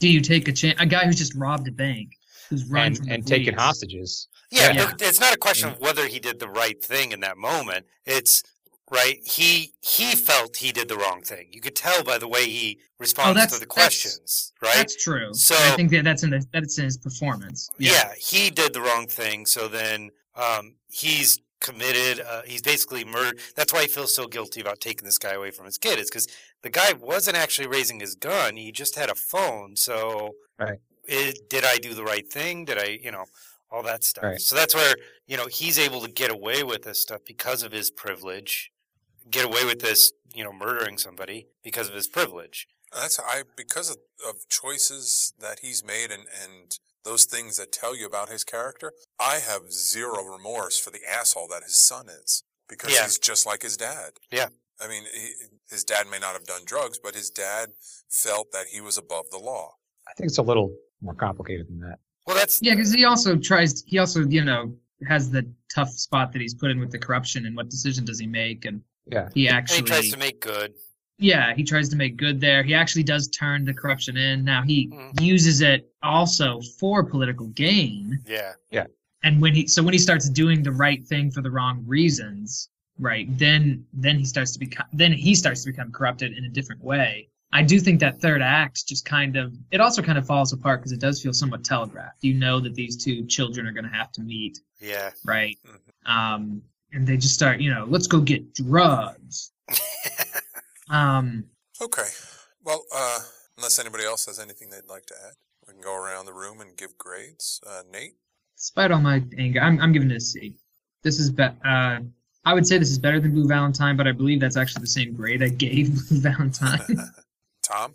Do you take a chance? A guy who's just robbed a bank, who's run and, from the and taking police. hostages. Yeah, Yeah. but it's not a question of whether he did the right thing in that moment. It's right. He he felt he did the wrong thing. You could tell by the way he responds to that's- the that's- questions, right? That's true. So- I think that that's in the, that's in his performance. yeah. he did the wrong thing. So then um, he's committed. Uh, he's basically murdered. That's why he feels so guilty about taking this guy away from his kid. Is because the guy wasn't actually raising his gun. He just had a phone. So Right. it, did I do the right thing? Did I, you know, all that stuff. Right. So that's where you know he's able to get away with this stuff because of his privilege. Get away with this, you know, murdering somebody because of his privilege. That's I because of, of choices that he's made and and those things that tell you about his character. I have zero remorse for the asshole that his son is because Yeah. he's just like his dad. Yeah. I mean, he, his dad may not have done drugs, but his dad felt that he was above the law. I think it's a little more complicated than that. Well, that's Yeah, because he also tries. He also, you know, has the tough spot that he's put in with the corruption and what decision does he make, and Yeah. he and he actually tries to make good. yeah he tries to make good there. He actually does turn the corruption in. Now he Mhm. uses it also for political gain, Yeah, and when he so when he starts doing the right thing for the wrong reasons, right? Then then he starts to become then he starts to become corrupted in a different way. I do think that third act just kind of it also kind of falls apart because it does feel somewhat telegraphed. You know that these two children are going to have to meet yeah. right? Um, and they just start, you know, let's go get drugs. um, Okay. Well, uh, unless anybody else has anything they'd like to add, we can go around the room and give grades. Uh, [laughs] Nate, despite all my anger, I'm, I'm giving it a C. This is bet. Uh, I would say this is better than Blue Valentine, but I believe that's actually the same grade I gave [laughs] Blue Valentine. [laughs] Tom,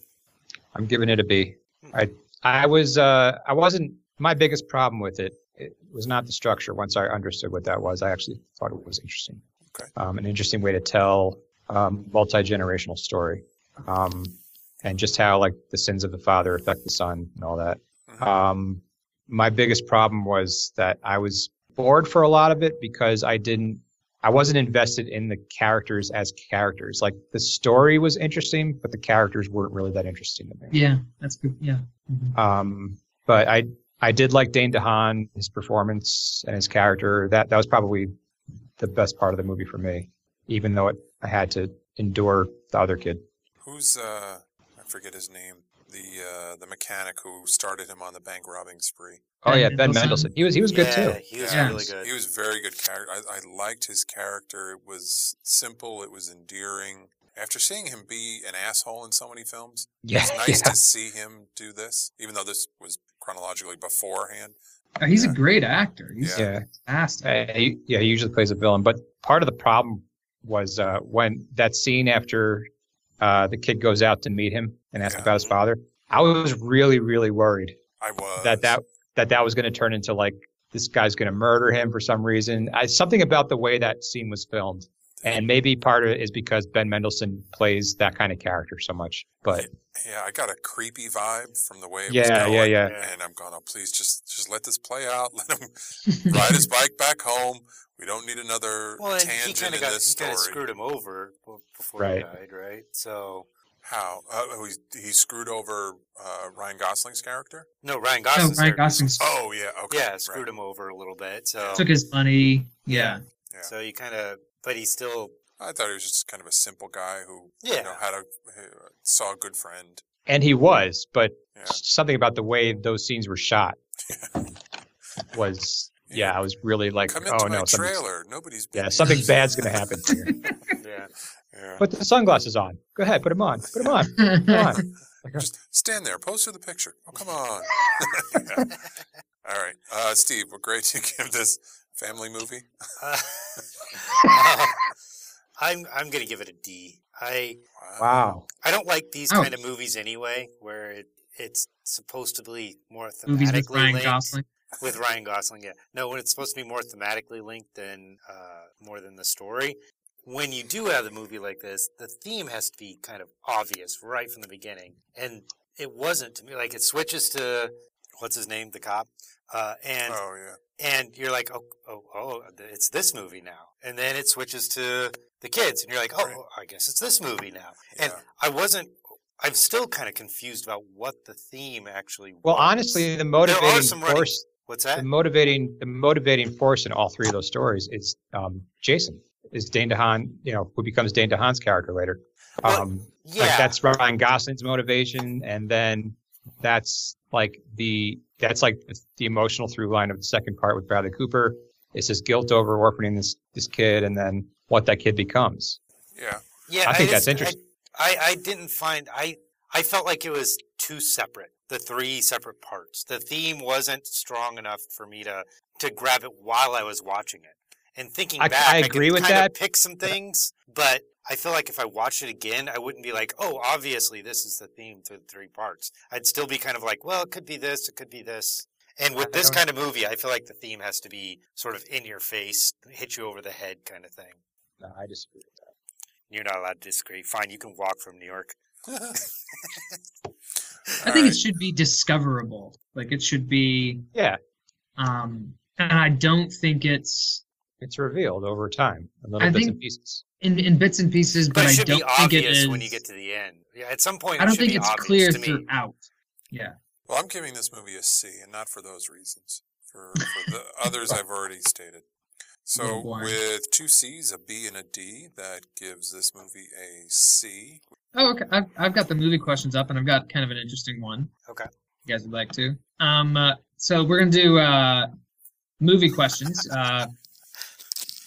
I'm giving it a B. I I was uh I wasn't my biggest problem with it. It was not the structure. Once I understood what that was, I actually thought it was interesting. Okay. Um, an interesting way to tell um, multi generational story, um, and just how like the sins of the father affect the son and all that. Mhm. Um, my biggest problem was that I was bored for a lot of it because I didn't I wasn't invested in the characters as characters. Like the story was interesting, but the characters weren't really that interesting to me. yeah, that's good. Yeah. Mhm. Um, but I I did like Dane DeHaan, his performance and his character. That that was probably the best part of the movie for me, even though it, I had to endure the other kid. who's uh, I forget his name, the uh, the mechanic who started him on the bank robbing spree. Oh Ben yeah, Ben Mendelsohn. Mendelsohn. He was he was good yeah, too. He was Yeah. really good. He was very good character. I, I liked his character. It was simple. It was endearing. After seeing him be an asshole in so [laughs] many films, Yeah, it's nice yeah. to see him do this. Even though this was chronologically beforehand. Oh, he's yeah. a great actor. He's Yeah. yeah. fantastic. Uh, he, yeah, he usually plays a villain. But part of the problem was uh, when that scene after uh, the kid goes out to meet him and ask Yeah. about his father. I was really, really worried I was that that that, that was going to turn into like this guy's going to murder him for some reason. I, something about the way that scene was filmed, and maybe part of it is because Ben Mendelsohn plays that kind of character so much. [laughs] But Yeah, I got a creepy vibe from the way it was Yeah, going. yeah, yeah. And I'm going, oh, please just just let this play out. [laughs] Let him ride his bike back home. We don't need another Well, and he tangent kind in of got this he kind story. of screwed him over b- before he Right. died, right? So How? Uh, oh, he, he screwed over uh, Ryan Gosling's character? no, Ryan No, Gosling's Ryan there. Gosling Oh, yeah. Okay. yeah, right. screwed him over a little bit. So took his money. Yeah. Yeah. so you kind of, but he still I thought he was just kind of a simple guy who you know Yeah. had a who saw a good friend. and he was, but Yeah. s- something about the way those scenes were shot was, yeah, I was really like, Come into oh my no, something's, trailer. Nobody's been yeah, here." [laughs] something bad's gonna happen. Here. [laughs] Yeah. Yeah. Put the sunglasses on. Go ahead, put them on. Put them on. [laughs] Come yeah, on. Just stand there, pose for the picture. Oh, come on. [laughs] Yeah. All right, uh, Steve. What grade [laughs] do you give this family movie? Uh, [laughs] um, I'm I'm gonna give it a D. I Wow. I don't like these Oh. kind of movies anyway, where it, it's supposed to be more thematically movies with Ryan linked Gosling. with Ryan Gosling. Yeah, no, when it's supposed to be more thematically linked than uh, more than the story. When you do have a movie like this, the theme has to be kind of obvious right from the beginning, and it wasn't to me. Like it switches to what's his name, the cop, uh, and Oh yeah. and you're like, oh, oh, oh, it's this movie now. And then it switches to the kids, and you're like, oh, Right. I guess it's this movie now. And Yeah. I wasn't. I'm still kind of confused about what the theme actually. Well, was. honestly, the motivating some running- force, what's the that? motivating, the motivating force in all three of those stories is um, Jason. Is Dane DeHaan, you know, who becomes Dane DeHaan's character later. Well, Um, Yeah, Like that's Ryan Gosling's motivation, and then that's like the that's like the, the emotional through line of the second part with Bradley Cooper. It's his guilt over orphaning this this kid, and then what that kid becomes. Yeah. yeah. I think just- that's interesting. I, I, I didn't find I. I felt like it was too separate. The three separate parts. The theme wasn't strong enough for me to to grab it while I was watching it. And thinking I- back, I can agree with kind of that, pick some things, but I feel like if I watched it again, I wouldn't be like, "Oh, obviously this is the theme to the three parts." I'd still be kind of like, "Well, it could be this, it could be this." And with I this don't- kind of movie, I feel like the theme has to be sort of in your face, hit you over the head kind of thing. No, I disagree. with that. You're not allowed to disagree. Fine, you can walk from New York. I think it should be discoverable. Like it should be. Yeah, Um, and I don't think it's it's revealed over time, in little I bits think- and pieces. in, in bits and pieces, but, But, it I should don't be think it obvious is. when you get to the end. Yeah, at some point, I don't it should think be it's obvious clear to me. throughout. Yeah. Well, I'm giving this movie a C, and not for those reasons. For, for the others I've already stated. So Little blind. with two C's, a B, and a D, that gives this movie a C. Oh, okay. I've, I've got the movie questions up, and I've got kind of an interesting one. Okay. You guys would like to? Um, uh, so we're gonna do uh, movie questions. Uh,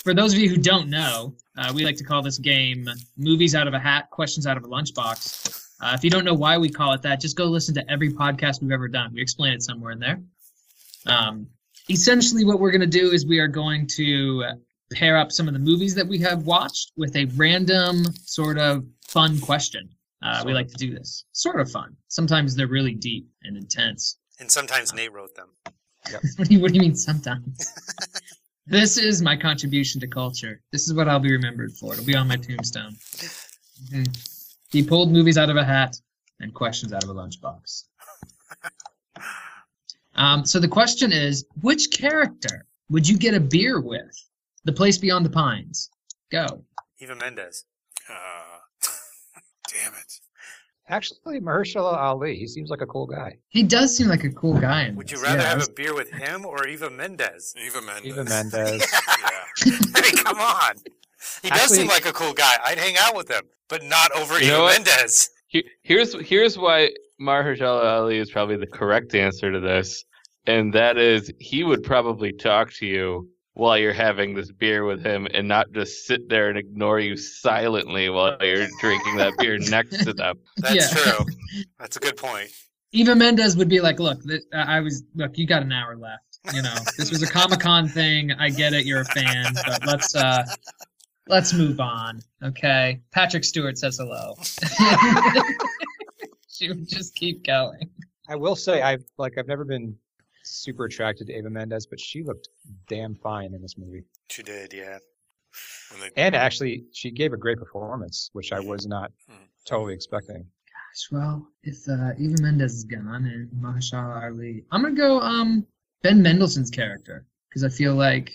for those of you who don't know, uh, we like to call this game "Movies Out of a Hat, Questions Out of a Lunchbox." Uh, if you don't know why we call it that, just go listen to every podcast we've ever done. We explain it somewhere in there. Um, essentially, what we're gonna do is we are going to pair up some of the movies that we have watched with a random sort of fun question. Uh, we Sort like to do this. Sort of fun. Sometimes they're really deep and intense. And sometimes Uh, Nate wrote them. [laughs] what, do you, what do you mean sometimes? [laughs] this is my contribution to culture. This is what I'll be remembered for. It'll be on my tombstone. Mhm. He pulled movies out of a hat and questions out of a lunchbox. Um, so the question is which character would you get a beer with? The place beyond the pines. Go. Eva Mendes. Uh, damn it. Actually, Mahershala Ali, he seems like a cool guy. He does seem like a cool guy. In Would you this. rather Yeah, have a beer with him or Eva [laughs] Mendes? Eva Mendes. Eva Mendes. yeah. I mean, come on. He does Actually- seem like a cool guy. I'd hang out with him, but not over You Eva know what? Mendes. He- Here's here's why Mahershala Ali is probably the correct answer to this, and that is he would probably talk to you while you're having this beer with him, and not just sit there and ignore you silently while you're drinking that beer next to them. That's Yeah. true. [laughs] That's a good point. Eva Mendes would be like, "Look, th- I I was look. You got an hour left. You know, this was a Comic Con thing. I get it. You're a fan, but let's uh, let's move on. Okay." Patrick Stewart says hello. [laughs] she would just keep going. I will say, I've like I've never been super attracted to Ava Mendes, but she looked damn fine in this movie. She did, yeah. When they, And actually, she gave a great performance, which I was not Hmm. totally expecting. Gosh, well, if uh, Eva Mendes is gone and Mahershala Ali, I'm gonna go um Ben Mendelsohn's character because I feel like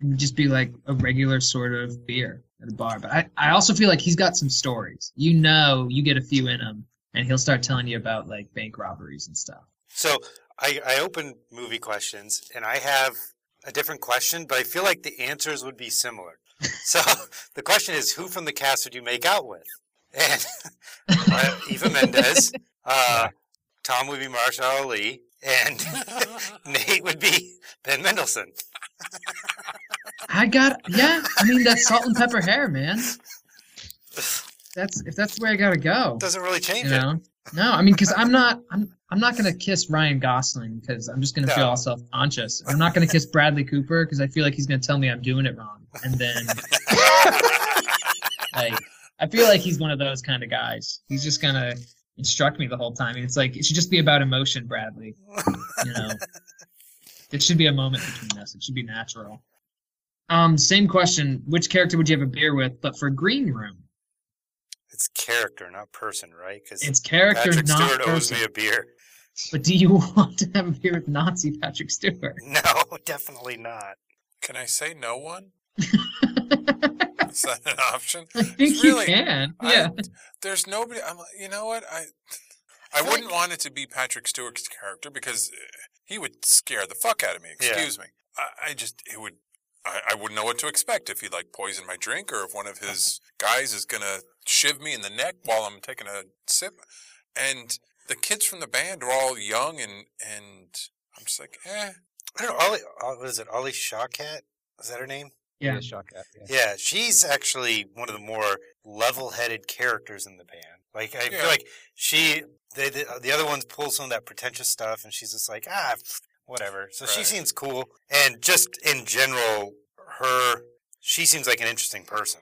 it would just be like a regular sort of beer at a bar. But I, I also feel like he's got some stories. You know, you get a few in him, and he'll start telling you about like bank robberies and stuff. So I, I opened movie questions, and I have a different question, but I feel like the answers would be similar. So [laughs] the question is, who from the cast would you make out with? And [laughs] uh, Eva Mendes, uh, Tom would be Marsha Ali, and [laughs] Nate would be Ben Mendelsohn. I got yeah. I mean that's salt and pepper hair, man. That's if that's where I gotta go. Doesn't really [laughs] change You it. know? No, I mean because I'm not I'm I'm not gonna kiss Ryan Gosling because I'm just gonna feel No. all self conscious. I'm not gonna kiss Bradley Cooper because I feel like he's gonna tell me I'm doing it wrong, and [laughs] then like I feel like he's one of those kind of guys. He's just gonna instruct me the whole time. And it's like it should just be about emotion, Bradley. You know, it should be a moment between us. It should be natural. Um, same question: Which character would you have a beer with? But for Green Room, It's character, not person, right? Because it's character, Patrick not Stewart owes person. me a beer. [laughs] But do you [laughs] want to have a beer with Nazi Patrick Stewart? [laughs] No, definitely not. Can I say no one? I Is that an option? think Really? you can. I- Yeah. There's nobody. I'm. like, You know what? I. I feel wouldn't like- want it to be Patrick Stewart's character because uh, he would scare the fuck out of me. Yeah. Excuse me. I, I just it would. I, I wouldn't know what to expect if he'd like poison my drink or if one of his guys is gonna shiv me in the neck while I'm taking a sip. And the kids from the band are all young and and I'm just like, eh. I don't know. Ollie, Ollie, what is it? Ollie Shawkat? Is that her name? Yeah. Shock at, yeah. Yeah, she's actually one of the more level-headed characters in the band. Like I Yeah. feel like she, they, uh, the, the other ones pull some of that pretentious stuff, and she's just like, ah, pff, whatever. So she Right. seems cool, and just in general, her, she seems like an interesting person.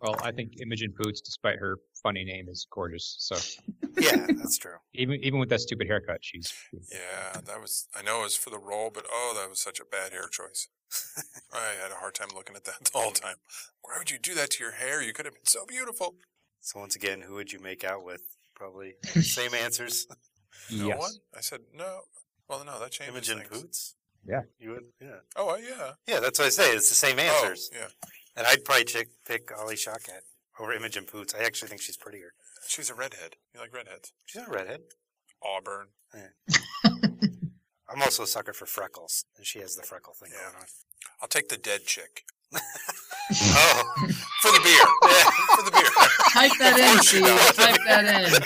Well, I think Imogen Poots, despite her funny name, is gorgeous. So Yeah, [laughs] that's true. even even with that stupid haircut, she's Yeah, that was. I know it was for the role, but oh, that was such a bad hair choice. I had a hard time looking at that [laughs] the whole time. Why would you do that to your hair? You could have been so beautiful. So once again, who would you make out with? Probably [laughs] same answers. No yes. one. I said no. Well, no, that changes Imogen things. Poots. Yeah. you would. Yeah, Oh uh, yeah. yeah. That's what I say. It's the same answers, Oh yeah. and I'd probably chick, pick Ollie Shawkat over Imogen Poots. I actually think she's prettier. She's a redhead. You like redheads? She's not a redhead. Auburn. I'm also a sucker for freckles, and she has the freckle thing Yeah. going on. I'll take the dead chick Oh, for the beer. for the beer. Type that in, course you Steve. don't. Type that in.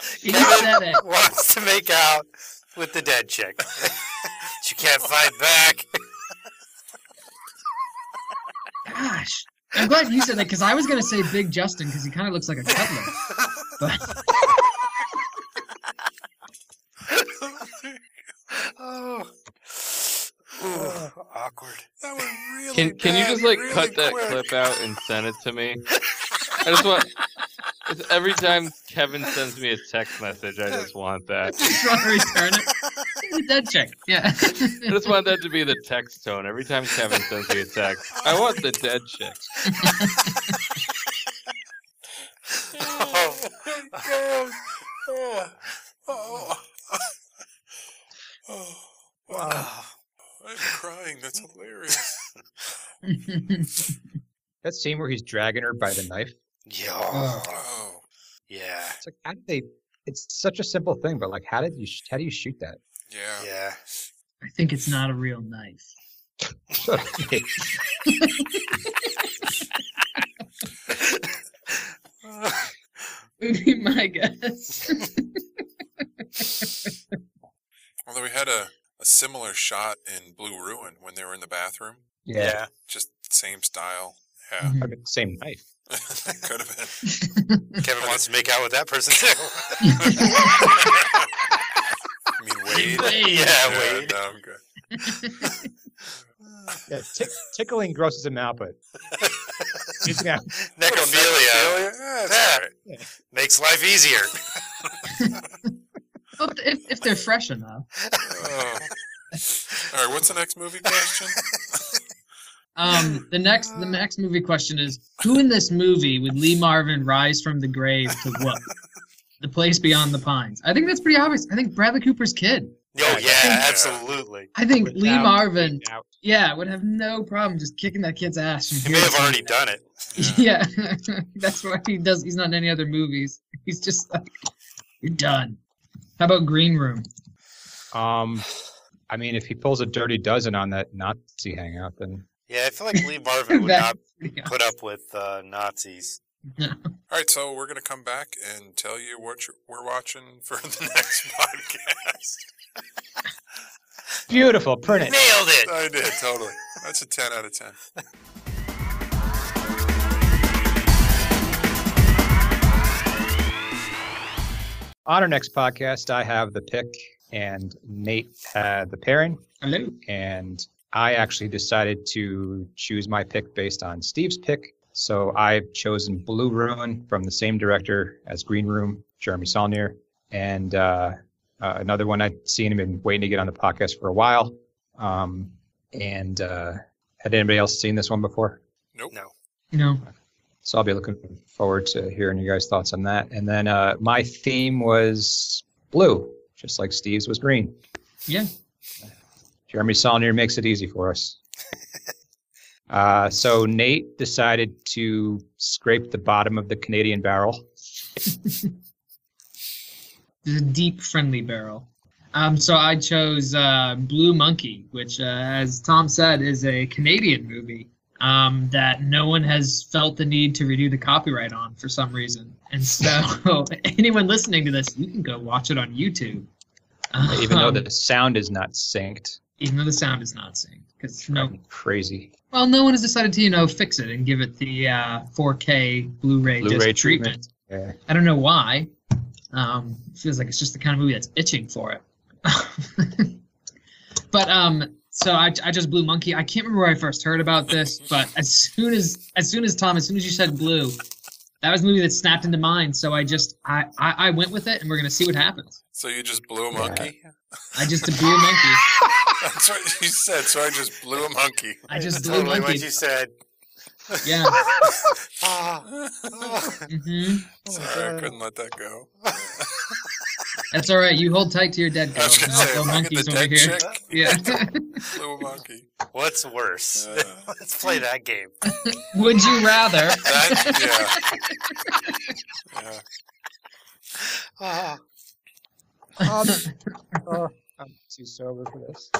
She Kevin said it. [laughs] wants to make out with the dead chick. [laughs] she can't fight back. Gosh. I'm glad you said that because I was going to say Big Justin because he kind of looks like a cutler. [laughs] Oh, Ooh, awkward. That was really. Can can you bad, just like really cut that quick. clip out and send it to [laughs] me? I just want. It's every time Kevin sends me a text message, I just want that. Just want to return it. The dead check. Yeah. [laughs] I just want that to be the text tone every time Kevin sends me a text. I want the dead chick. Oh, God. Oh. Oh. [laughs] Oh. Wow. wow. I'm crying. That's hilarious. That scene where he's dragging her by the knife. [laughs] Yeah. Oh. Yeah. It's like how did they? It's such a simple thing, but like how did you? sh- How do you shoot that? [laughs] Yeah. Yeah. I think it's not a real knife. Would be my guess. Although we had a, a similar shot in Blue Ruin when they were in the bathroom. Yeah. Just same style. [laughs] Yeah. Mhm. I mean, same knife. Could have [laughs] been. Kevin wants to make out with that person too. I mean, Wade. [laughs] Wade. Yeah, [laughs] Wade. no, I'm good. Yeah, tick, tickling grosses him out, [laughs] but using that- Necrophilia Yeah, it's Yeah. all right. makes life easier. [laughs] Well, if, if they're fresh enough. Oh. All right. What's the next movie question? Um, the next the next movie question is who in this movie would Lee Marvin rise from the grave to whoop? The place beyond the pines. I think that's pretty obvious. I think Bradley Cooper's kid. Oh yeah, Yeah. absolutely. I think Lee without- Marvin, without- yeah, would have no problem just kicking that kid's ass. from He here may to have already Sunset. done it. [laughs] Yeah, that's why he does. He's not in any other movies. He's [laughs] just like, you're done. How about Green Room? Um, I mean, if he pulls a dirty dozen on that Nazi hangout, then Yeah, I feel like Lee Marvin would That- [laughs] not put up with uh, Nazis. All right, so we're going to come back and tell you what you we're watching for the [laughs] next podcast. beautiful, print Nailed it. it. [laughs] I did, totally. That's a 10 out of 10. On our next podcast, I have the pick, and Nate had the pairing, Hello. and I actually decided to choose my pick based on Steve's pick. So I've chosen Blue Ruin from the same director as Green Room, Jeremy Saulnier, and uh, uh, another one I'd seen him and waiting to get on the podcast for a while. Um, and uh, had anybody else seen this one before? Nope. No. No. So I'll be looking forward to hearing your guys' thoughts on that. And then uh, my theme was blue, just like Steve's was green. Yeah. Jeremy Saulnier makes it easy [laughs] for us. uh, so Nate decided to scrape the bottom of the Canadian barrel. This is a deep friendly barrel. Um, so I chose uh, Blue Monkey, which, uh, as Tom said, is a Canadian movie um, that no one has felt the need to renew the copyright on for some reason. And so, [laughs] anyone listening to this, you can go watch it on YouTube. Even though Um, [laughs] the sound is not synced, even though the sound is not synced, because no, Fucking crazy. well, no one has decided to you know fix it and give it the uh, 4K Blu-ray, Blu-ray disc treatment. treatment. Yeah. I don't know why. Um, it feels like it's just the kind of movie that's itching for it. [laughs] but um, so I, I just blue monkey. I can't remember where I first heard about this, but as soon as as soon as Tom, as soon as you said blue, that was a movie that snapped into mind. So I just I I, I went with it, and we're gonna see what happens. So you just blew a monkey? I just a blue monkey. That's what you said. So I just blew a monkey. I just blue Totally what monkey. you said. Yeah. Ah. [laughs] Ah. hmm Sorry, I couldn't let that go. That's all right. You hold tight to your dead I girl. was going to I'll say, blow if I get the monkeys over dead here. chick, Yeah. [laughs] blew a monkey. [laughs] What's worse? Uh, Let's play that game. [laughs] Would you rather? [laughs] that, yeah. Ah. yeah. I'm too sober for [laughs] this.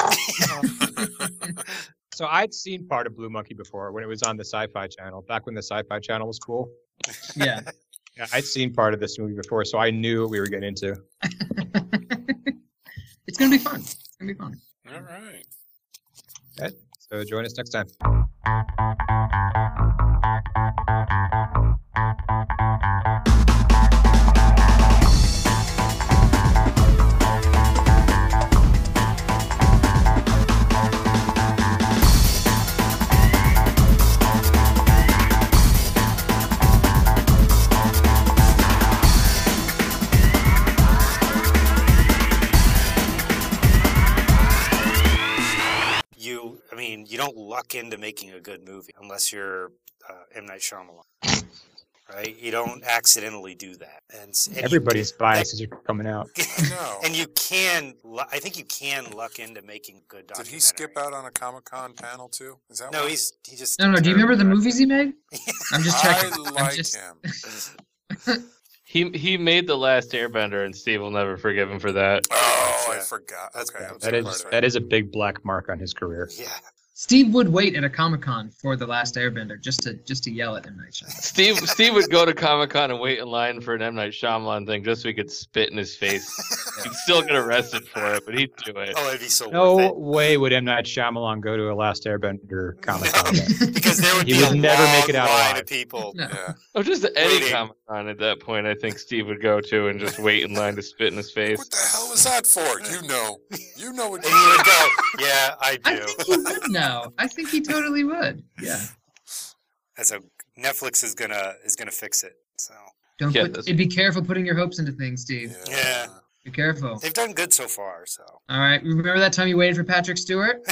so I'd seen part of Blue Monkey before when it was on the Sci-Fi Channel, back when the Sci-Fi Channel was cool. Yeah. Yeah, I'd seen part of this movie before, so I knew what we were getting into. [laughs] It's gonna be fun. It's gonna be fun. All right. So join us next time. You, I mean, you don't luck into making a good movie unless you're uh, M Night Shyamalan, right? You don't accidentally do that. And, s- and you- Everybody's biases are coming out. No. [laughs] and you can, lu- I think you can luck into making a good. Did Documentary. he skip out on a Comic Con panel too? Is that No, why? he's he just. No, no. Do you remember the movies he made? I'm just [laughs] I checking. I'm like just- him. He he made the last Airbender, and Steve will never forgive him for that. Oh, I Yeah. forgot. That's okay, bad. I'm That sorry. is that is a big black mark on his career. Yeah, Steve would wait at a Comic Con for the Last Airbender just to just to yell at M Night Shyamalan. Steve Steve would go to Comic Con and wait in line for an M Night Shyamalan thing just so he could spit in his face. He'd still get arrested for it, but he'd do it. oh, it'd be so worth No it way would M Night Shyamalan go to a Last Airbender [laughs] comic con. [laughs] because there would He be would a never long make it out line alive. of people. No. Yeah. Oh, just any Waiting. Comic Con at that point, I think Steve would go to and just wait in line to spit in his face. What the hell was that for? [laughs] You know. You know what And you you would go, yeah, I I do. think he would know. I think he totally would. Yeah. And so Netflix is gonna is gonna fix it. So Don't Yeah, put, that's- be careful putting your hopes into things, Steve. Yeah. Be careful. they've done good so far. So All right. Remember that time you waited for Patrick Stewart?